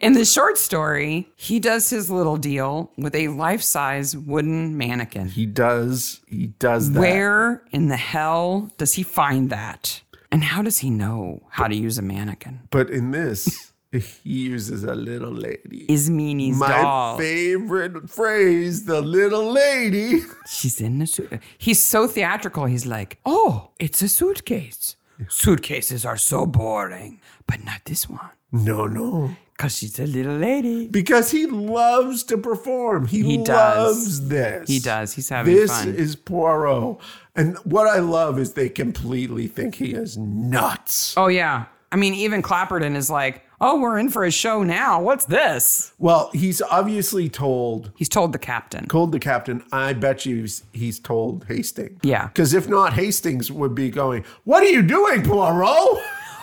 S1: In the short story, he does his little deal with a life size wooden mannequin.
S2: He does. He does that.
S1: Where in the hell does he find that? And how does he know how to use a mannequin?
S2: But in this, he uses a little lady.
S1: Is Meanie's
S2: My
S1: doll.
S2: favorite phrase, the little lady.
S1: She's in the suit. He's so theatrical. He's like, oh, it's a suitcase. Suitcases are so boring, but not this one
S2: No, no.
S1: because she's a little lady.
S2: because he loves to perform. He,
S1: He does.
S2: loves this.
S1: He does. He's having
S2: This
S1: fun.
S2: is Poirot. And what I love is they completely think he is nuts.
S1: oh, yeah. I mean, even Clapperton is like, oh, we're in for a show now. What's this?
S2: Well, he's obviously told,
S1: He's told the captain.
S2: told the captain, I bet you he's, he's told Hastings.
S1: Yeah.
S2: Because if not, Hastings would be going, What are you doing, Poirot?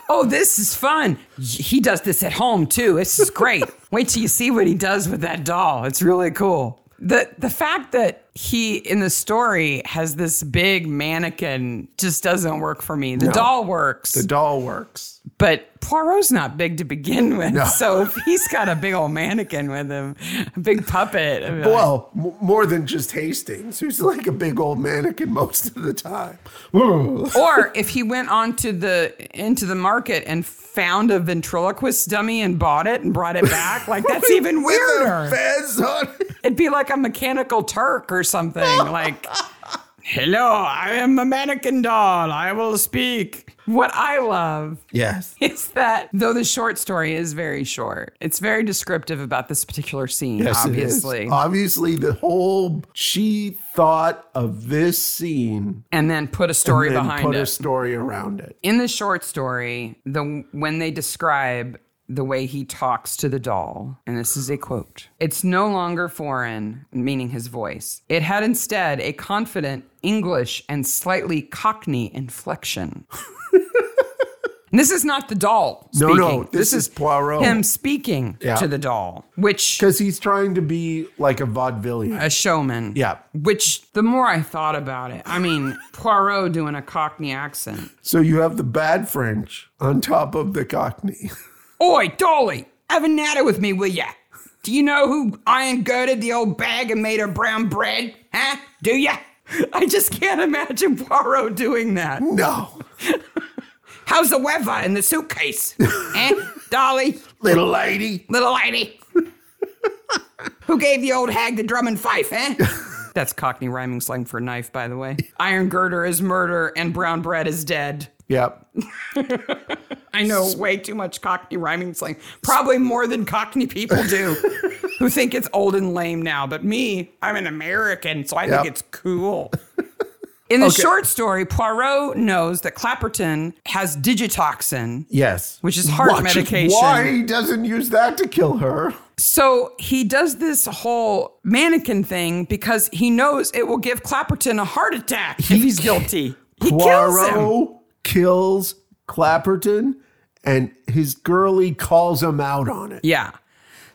S1: Oh, this is fun. He does this at home too. This is great. Wait till you see what he does with that doll. It's really cool. the the fact that he in the story has this big mannequin just doesn't work for me. The doll works,
S2: The doll works.
S1: but Poirot's not big to begin with. So if he's got a big old mannequin with him, a big puppet. I'd be like,
S2: Well, m- more than just Hastings, who's like a big old mannequin most of the time. Whoa.
S1: or if he went onto the into the market and found a ventriloquist dummy and bought it and brought it back, like that's even
S2: With the
S1: weirder.
S2: fez on it.
S1: It'd be like a mechanical Turk or something. Like, hello, I am a mannequin doll. I will speak. What I love
S2: Yes.
S1: is that though the short story is very short, it's very descriptive about this particular scene,
S2: Yes, it is. Uh,
S1: obviously.
S2: Obviously, the whole she thought of this scene
S1: And then put a story
S2: and
S1: behind
S2: put
S1: it.
S2: a story around it.
S1: in the short story, the when they describe the way he talks to the doll, and this is a quote. It's no longer foreign, meaning his voice. It had instead a confident English and slightly cockney inflection. And this is not the doll
S2: No,
S1: speaking.
S2: no, this is Poirot.
S1: him speaking
S2: Yeah.
S1: to the doll, which
S2: Because he's trying to be like a vaudevillian.
S1: a showman.
S2: Yeah.
S1: Which the more I thought about it, I mean, Poirot doing a cockney accent.
S2: So you have the bad French on top of the Cockney.
S1: Oi, Dolly, have a natter with me, will ya? Do you know who iron girded the old bag and made her brown bread? Huh? Do ya? I just can't imagine Poirot doing that.
S2: No.
S1: How's the weather in the suitcase? eh, Dolly,
S2: Little lady.
S1: little lady? who gave the old hag the drum and fife, eh? That's Cockney rhyming slang for knife, by the way. Iron girder is murder and brown bread is dead.
S2: Yep.
S1: I know way too much Cockney rhyming slang. Probably more than Cockney people do, who think it's old and lame now. But me, I'm an American, so I
S2: Yep.
S1: think it's cool. In the short story, Poirot knows that Clapperton has digitoxin,
S2: Yes.
S1: which is heart
S2: Watch
S1: medication.
S2: Why he doesn't use that to kill her.
S1: So he does this whole mannequin thing because he knows it will give Clapperton a heart attack if he's guilty. He kills him.
S2: Poirot kills Clapperton and his girlie calls him out on it.
S1: Yeah.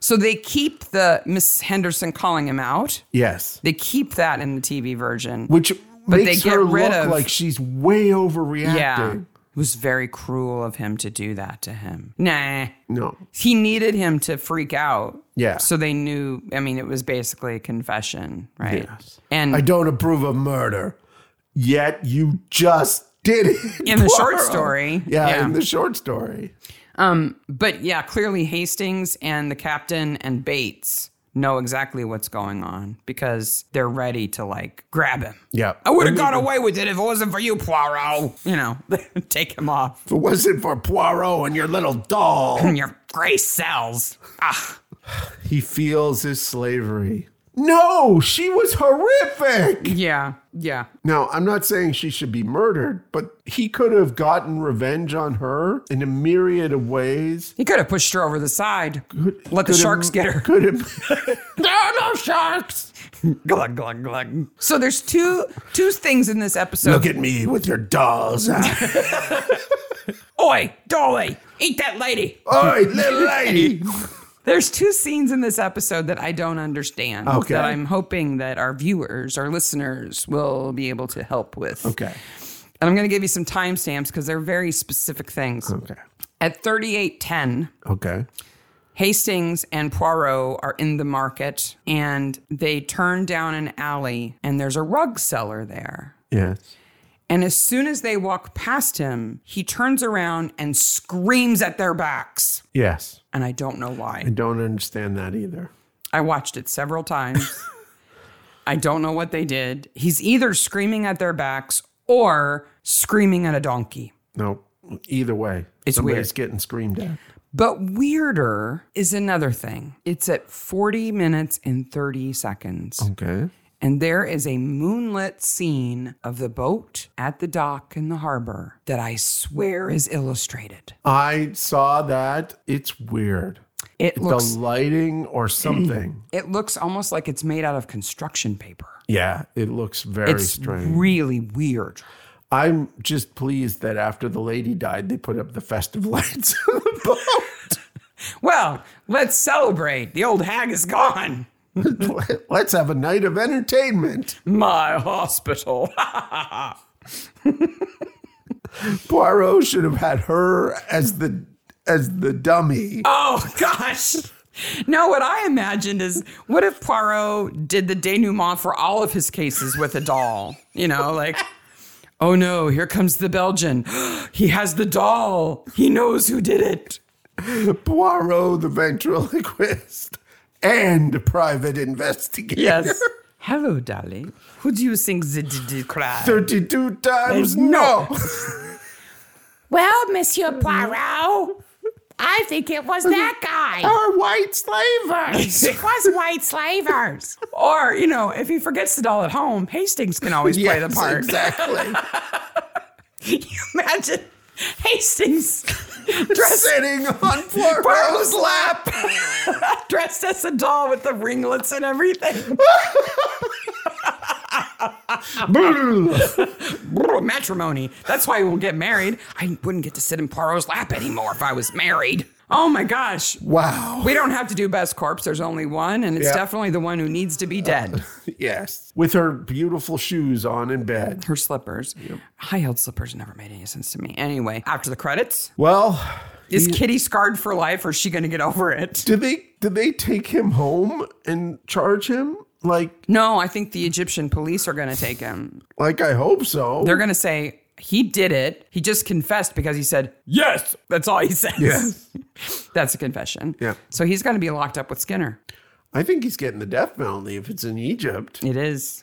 S1: So they keep the Miss Henderson calling him out.
S2: Yes.
S1: They keep that in the TV version.
S2: Which
S1: they
S2: makes
S1: get
S2: her
S1: rid
S2: look
S1: of-
S2: like she's way overreacting.
S1: yeah. It was very cruel of him to do that to him. Nah.
S2: No.
S1: He needed him to freak out.
S2: Yeah.
S1: So they knew, I mean, it was basically a confession, right?
S2: Yes.
S1: And
S2: I don't approve of murder. Yet you just did it.
S1: In the short
S2: Poirot.
S1: story.
S2: Yeah,
S1: Yeah.
S2: in the short story.
S1: but yeah, clearly Hastings and the captain and Bates know exactly what's going on because they're ready to like grab him.
S2: Yeah.
S1: I would have got away with it if it wasn't for you, Poirot. You know, take him off.
S2: If it wasn't for Poirot and your little doll.
S1: in your gray cells. Ah.
S2: he feels his slavery. No, she was horrific.
S1: Yeah, yeah.
S2: Now, I'm not saying she should be murdered, but he could have gotten revenge on her in a myriad of ways.
S1: He could have pushed her over the side. Let the
S2: Could have-
S1: sharks get her.
S2: Could have.
S1: No, no sharks. glug glug glug. So there's two two things in this episode.
S2: Look at me with your doll's eyes.
S1: Oi, dolly, eat that lady.
S2: Oi, little lady.
S1: There's two scenes in this episode that I don't understand.
S2: Okay.
S1: That I'm hoping that our viewers, our listeners, will be able to help with.
S2: Okay.
S1: And I'm going to give you some timestamps because they're very specific things.
S2: Okay.
S1: At 3810,
S2: Okay.
S1: Hastings and Poirot are in the market and they turn down an alley and there's a rug seller there.
S2: Yes.
S1: And as soon as they walk past him, he turns around and screams at their backs.
S2: Yes.
S1: And I don't know
S2: I
S1: why.
S2: don't understand that either.
S1: I watched it several times. I don't know what they did. He's either screaming at their backs or screaming at a donkey.
S2: No, either way,
S1: It's
S2: somebody's
S1: weird.
S2: getting screamed at.
S1: But weirder is another thing. It's at 40 minutes and 30 seconds.
S2: Okay.
S1: And there is a moonlit scene of the boat at the dock in the harbor that I swear is illustrated.
S2: I saw that. It's weird.
S1: It looks
S2: the lighting or something.
S1: it looks almost like it's made out of construction paper.
S2: yeah, it looks very
S1: It's
S2: strange.
S1: really weird.
S2: I'm just pleased that after the lady died, they put up the festive lights on the boat.
S1: Well, let's celebrate. The old hag is gone.
S2: Let's have a night of entertainment.
S4: My hospital.
S2: Poirot should have had her as the as the dummy.
S4: oh gosh.
S1: No, what I imagined is what if Poirot did the denouement for all of his cases with a doll? You know, like, oh no, here comes the Belgian. he has the doll. He knows who did it.
S2: Poirot the ventriloquist and private investigator.
S1: Yes. Hello, darling. Who do you think did the crime?
S2: 32 times no.
S1: Well, Monsieur Poirot, I think it was that guy.
S2: Our white slavers.
S1: It was white slavers. Or, you know, if he forgets the doll at home, Hastings can always play the
S2: Yes,
S1: part.
S2: Exactly.
S1: Can you imagine Hastings dressed,
S2: Sitting on Poirot's
S1: Poirot's
S2: lap.
S1: dressed as a doll with the ringlets and everything? Brr, Matrimony. That's why we'll get married. I wouldn't get to sit in Poirot's lap anymore if I was married. Oh my gosh.
S2: wow.
S1: We don't have to do best corpse. There's only one, and it's
S2: Yeah.
S1: definitely the one who needs to be dead.
S2: Yes. With her beautiful shoes on in bed.
S1: Her slippers, high heeled slippers, never made any sense to me. Anyway, after the credits,
S2: Well,
S1: is Kitty scarred for life, or is she going to get over it?
S2: did they did they take him home and charge him? Like
S1: No, I think the Egyptian police are going to take him.
S2: like I hope so.
S1: They're going to say he did it. He just confessed because he said yes. That's all he says.
S2: Yes.
S1: That's a confession.
S2: Yeah.
S1: So he's going to be locked up with Skinner.
S2: I think he's getting the death penalty if it's in Egypt.
S1: It is.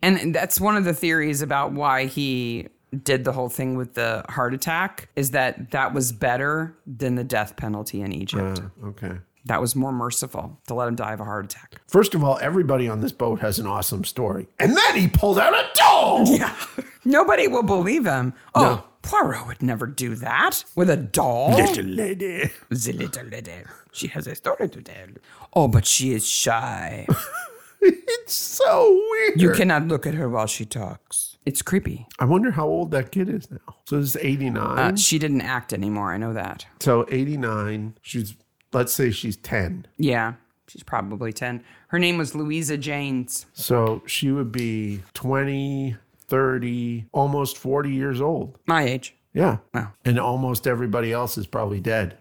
S1: And that's one of the theories about why he did the whole thing with the heart attack is that that was better than the death penalty in Egypt.
S2: Mm. Okay.
S1: That was more merciful to let him die of a heart attack.
S2: First of all, everybody on this boat has an awesome story. And then he pulled out a doll.
S1: Yeah. Nobody will believe him. Oh, Poirot would never do that with a doll.
S2: Little lady.
S1: The little lady. She has a story to tell. Oh, but she is shy.
S2: It's so weird.
S1: You cannot look at her while she talks. It's creepy.
S2: I wonder how old that kid is now. So this is 89.
S1: Uh, she didn't act anymore. I know that.
S2: so 89. She's, let's say she's 10.
S1: Yeah, she's probably 10. Her name was Louisa Janes.
S2: So she would be 20, 30, almost 40 years old.
S1: My age.
S2: Yeah. And almost everybody else is probably dead,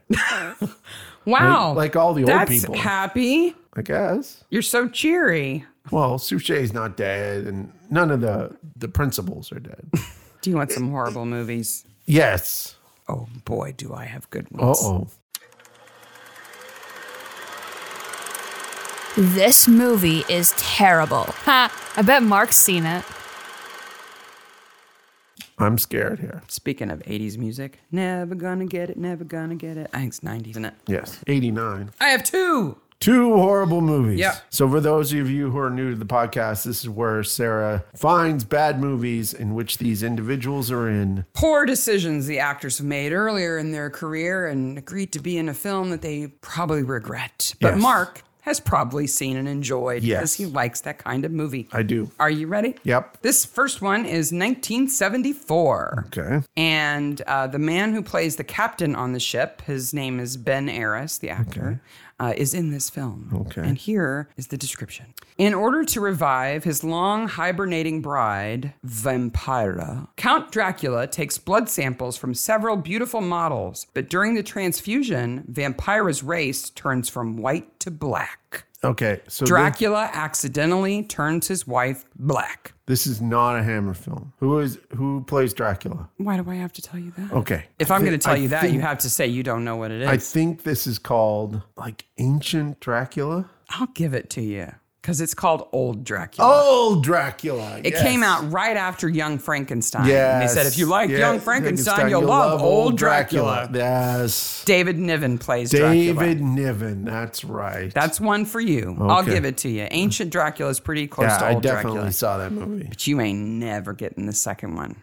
S1: Wow.
S2: Like- like all the old
S1: That's
S2: people.
S1: happy.
S2: I guess.
S1: You're so cheery.
S2: Well, Suchet's not dead, and none of the, the principals are dead.
S1: Do you want some horrible movies?
S2: yes.
S1: Oh boy, do I have good
S2: Uh
S1: ones.
S2: oh.
S5: This movie is terrible. Ha, I bet Mark's seen it.
S2: I'm scared here.
S1: Speaking of 80s music, never gonna get it, never gonna get it. I think it's 90s, isn't it?
S2: Yes. 89.
S1: I have two.
S2: Two horrible movies.
S1: Yeah.
S2: So for those of you who are new to the podcast, this is where Sarah finds bad movies in which these individuals are in.
S1: Poor decisions the actors have made earlier in their career and agreed to be in a film that they probably regret. But
S2: Yes.
S1: Mark has probably seen and enjoyed
S2: Yes.
S1: because he likes that kind of movie.
S2: I do.
S1: Are you ready?
S2: Yep.
S1: This first one is 1974.
S2: Okay.
S1: And uh, the man who plays the captain on the ship, his name is Ben Aris, the actor, uh, is in this film.
S2: Okay.
S1: And here is the description. In order to revive his long hibernating bride, Vampira, Count Dracula takes blood samples from several beautiful models, but during the transfusion, Vampira's race turns from white to black.
S2: Okay. So thi-
S1: Dracula accidentally turns his wife black.
S2: this is not a Hammer film. Who is who plays Dracula?
S1: Why do I have to tell you that?
S2: Okay.
S1: If
S2: I
S1: I'm
S2: thi-
S1: going to tell
S2: I
S1: you that, you
S2: think-
S1: have to say you don't know what it is.
S2: I think this is called like ancient Dracula.
S1: I'll give it to you because it's called Old Dracula.
S2: Old Dracula.
S1: it
S2: Oh, yes.
S1: came out right after Young Frankenstein. And they said, if you like
S2: Yes.
S1: Young Frankenstein, you'll love Old Dracula.
S2: Yes.
S1: David Niven plays Dracula.
S2: David Niven. That's right.
S1: That's one for you. I'll
S2: Okay.
S1: give it to you. Ancient Dracula is pretty close
S2: yeah,
S1: to
S2: I
S1: Old
S2: definitely
S1: Dracula.
S2: saw that movie.
S1: But you ain't never getting the second one.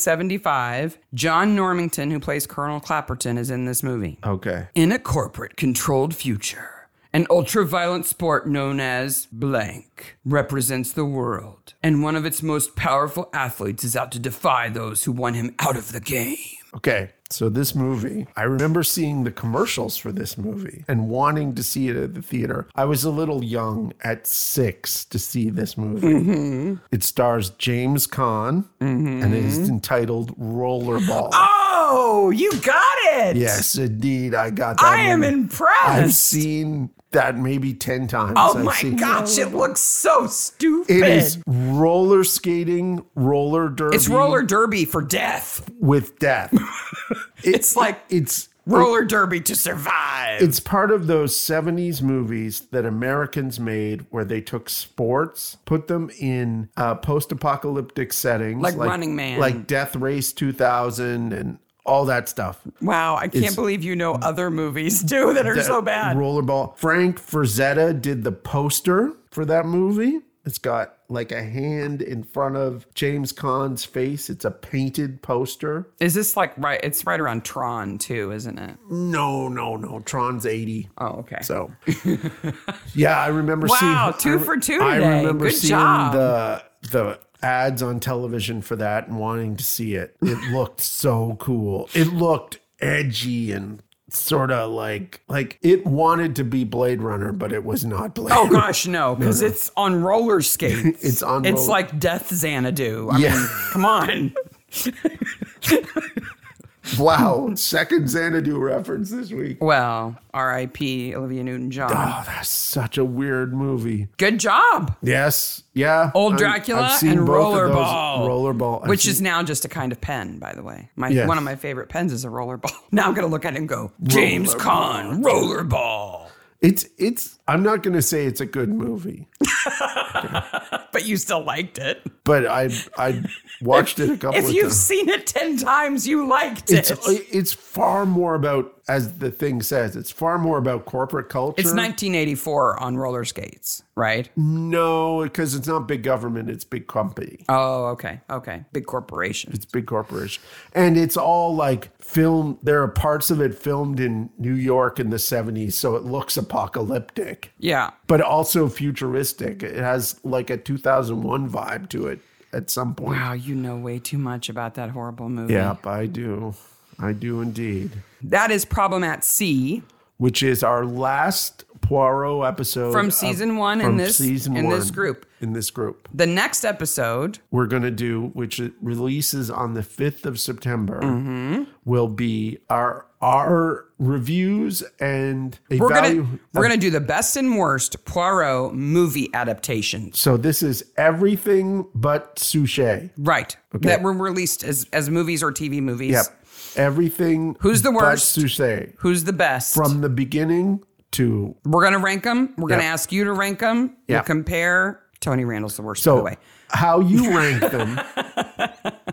S1: 1975, John Normington, who plays Colonel Clapperton, is in this movie.
S2: Okay.
S1: in a corporate controlled future. An ultra-violent sport known as blank represents the world, and one of its most powerful athletes is out to defy those who want him out of the game.
S2: Okay. So this movie, I remember seeing the commercials for this movie and wanting to see it at the theater. I was a little young at six to see this movie.
S1: Mm-hmm.
S2: It stars James Caan and is entitled Rollerball.
S1: Ah!
S4: Oh, you got it.
S2: yes, indeed, I got. That
S4: I am
S2: movie.
S4: impressed.
S2: I've seen that maybe ten times.
S4: Oh
S2: I've
S4: my
S2: seen-
S4: gosh, it looks so stupid.
S2: It is roller skating, roller derby.
S1: It's roller
S4: derby for death.
S2: with death.
S4: It's like
S2: it's
S4: roller derby to survive.
S2: It's part of those 70s movies that Americans made where they took sports, put them in uh, post apocalyptic settings
S1: Like Running Man.
S2: like Death Race 2000 and all that stuff.
S1: Wow, I
S2: It's-
S1: can't believe you know other movies too that are so
S2: That
S1: bad.
S2: Rollerball. Frank Frazetta did the poster for that movie. It's got like a hand in front of James Caan's face. It's a painted poster.
S1: Is this like right? It's right around Tron too, isn't it?
S2: Oh, No, no, no. Tron's 80.
S1: Oh, okay.
S2: So, yeah, I remember seeing.
S1: Wow, two
S2: I-
S1: for two
S2: I
S1: today.
S2: remember
S1: Good
S2: seeing
S1: job.
S2: the the ads on television for that and wanting to see it. It looked so cool. It looked edgy and sort of like like it wanted to be Blade Runner, but it was not Blade.
S1: Oh gosh, no, because it's on roller skates.
S2: It's on
S1: It's
S2: roll-
S1: like Death Xanadu. I
S2: Yeah.
S1: mean, come on.
S2: wow, second Xanadu reference this week.
S1: Well, R.I.P. Olivia Newton-John.
S2: Oh, that's such a weird movie.
S1: Good job.
S2: Yes, yeah.
S1: Old
S2: I'm-
S1: Dracula
S2: I've seen
S1: and
S2: both of those.
S1: Rollerball.
S2: Rollerball, I've
S1: Which
S2: seen-
S1: is now just a kind of pen, by the way. My
S2: Yes.
S1: one of my favorite pens is a rollerball. Now I'm gonna look at it and go, James Caan, rollerball.
S2: it's it's. I'm not going to say it's a good movie.
S1: But you still liked it.
S2: but I I watched it a couple
S1: If
S2: of
S1: you've
S2: times.
S1: seen it ten times, you liked
S2: It's
S1: it.
S2: it's far more about as the thing says. It's far more about corporate culture.
S1: It's 1984 on roller skates, right?
S2: no, because it's not big government. It's big company.
S1: Oh, okay, okay. Big corporation.
S2: It's big corporation, and it's all like film. There are parts of it filmed in New York in the 70s, so it looks apocalyptic,
S1: Yeah.
S2: but also futuristic. It has like a 2001 vibe to it at some point.
S1: Wow, you know way too much about that horrible movie.
S2: Yep, I do. I do indeed.
S1: That is Problem at Sea
S2: which is our last Poirot episode
S1: from
S2: of-
S1: season one in
S2: from
S1: this
S2: season
S1: in this
S2: one,
S1: group.
S2: In this group,
S1: The next episode,
S2: we're going to do, which it releases on the fifth of September,
S1: Mm-hmm.
S2: will be our our reviews and a
S1: we're
S2: value.
S1: gonna we're gonna do the best and worst Poirot movie adaptations.
S2: so this is everything but Suchet.
S1: Right. That were released as as movies or TV movies.
S2: Yep, everything.
S1: Who's the
S2: but
S1: worst?
S2: Suchet
S1: Who's the best?
S2: from the beginning to
S1: we're gonna rank them. We're gonna
S2: Yep.
S1: ask you to rank them.
S2: Yep.
S1: We'll compare. Tony Randall's the worst, by the
S2: so
S1: way.
S2: how you rank them.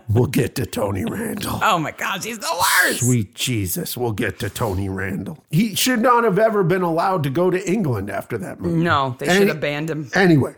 S2: we'll get to Tony Randall.
S1: Oh my gosh, he's the worst.
S2: Sweet Jesus, we'll get to Tony Randall. He should not have ever been allowed to go to England after that movie.
S1: No, they
S2: Any-
S1: should have banned him.
S2: Anyway,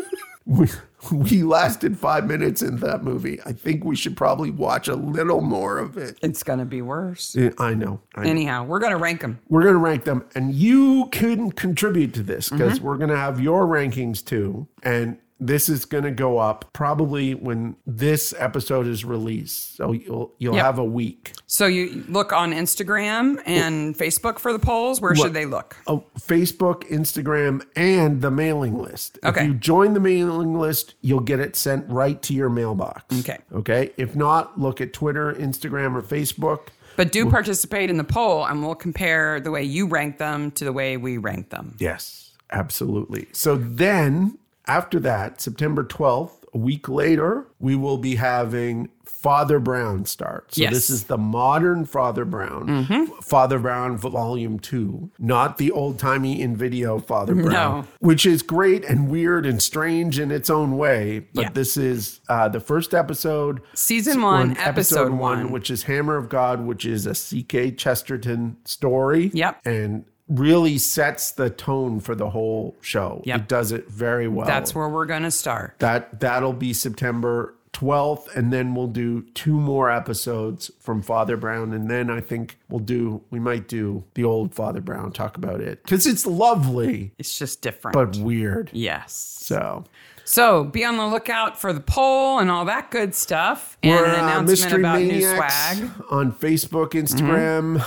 S2: we, we lasted five minutes in that movie. I think we should probably watch a little more of it.
S1: It's gonna be worse.
S2: Yeah, I know. I know.
S1: Anyhow, we're gonna rank them.
S2: We're going to rank them, and you can contribute to this because
S1: Mm-hmm.
S2: we're going to have your rankings too. And this is going to go up probably when this episode is released. So you'll you'll
S1: Yep.
S2: have a week.
S1: So you look on Instagram and Facebook for the polls. Where should they look?
S2: Oh, Facebook, Instagram, and the mailing list.
S1: Okay.
S2: If you join the mailing list, you'll get it sent right to your mailbox.
S1: Okay.
S2: Okay. If not, look at Twitter, Instagram, or Facebook.
S1: But do participate in the poll, and we'll compare the way you rank them to the way we rank them.
S2: Yes, absolutely. So then after that, September 12th, a week later, we will be having Father Brown start. So
S1: Yes. Mm-hmm.
S2: this is the modern Father Brown, Father Brown Volume 2, not the old timey in video Father Brown,
S1: No.
S2: which is great and weird and strange in its own way. But
S1: Yeah.
S2: this is uh, the first episode,
S1: Season one,
S2: or
S1: episode one.
S2: which is Hammer of God, which is a C.K. Chesterton story.
S1: Yep.
S2: And really sets the tone for the whole show.
S1: Yep.
S2: It does it very well.
S1: That's where we're gonna start.
S2: that that'll be September 12th, and then we'll do two more episodes from Father Brown. And then I think we'll do, we might do the old Father Brown, talk about it because it's lovely,
S1: It's just different.
S2: but weird.
S1: yes.
S2: So,
S1: So be on the lookout for the poll and all that good stuff. And
S2: we're
S1: an
S2: uh,
S1: announcement
S2: Mystery
S1: about new
S2: Maniacs
S1: swag.
S2: on Facebook, Instagram,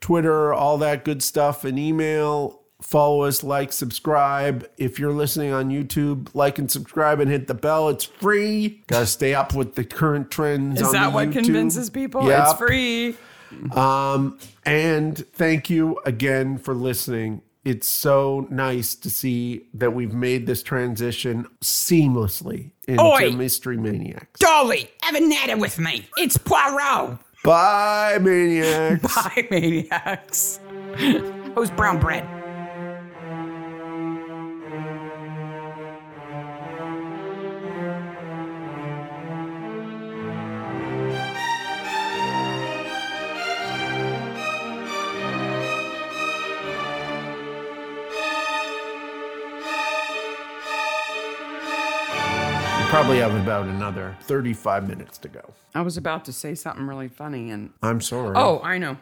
S2: Twitter, all that good stuff, and email. Follow us, like, subscribe. If you're listening on YouTube, like and subscribe and hit the bell. It's free. Gotta stay up with the current trends.
S1: Is
S2: on
S1: that
S2: the
S1: what
S2: YouTube.
S1: convinces people?
S2: Yep.
S1: It's free.
S2: Um, and thank you again for listening. It's so nice to see that we've made this transition seamlessly into
S4: Oi.
S2: Mystery Maniacs.
S4: Dolly, have another with me. It's Poirot.
S2: Bye, Maniacs.
S1: Hi, maniacs.
S4: Who's brown bread?
S2: We probably have about another 35 minutes to go.
S1: I was about to say something really funny and
S2: I'm sorry.
S1: oh, I know.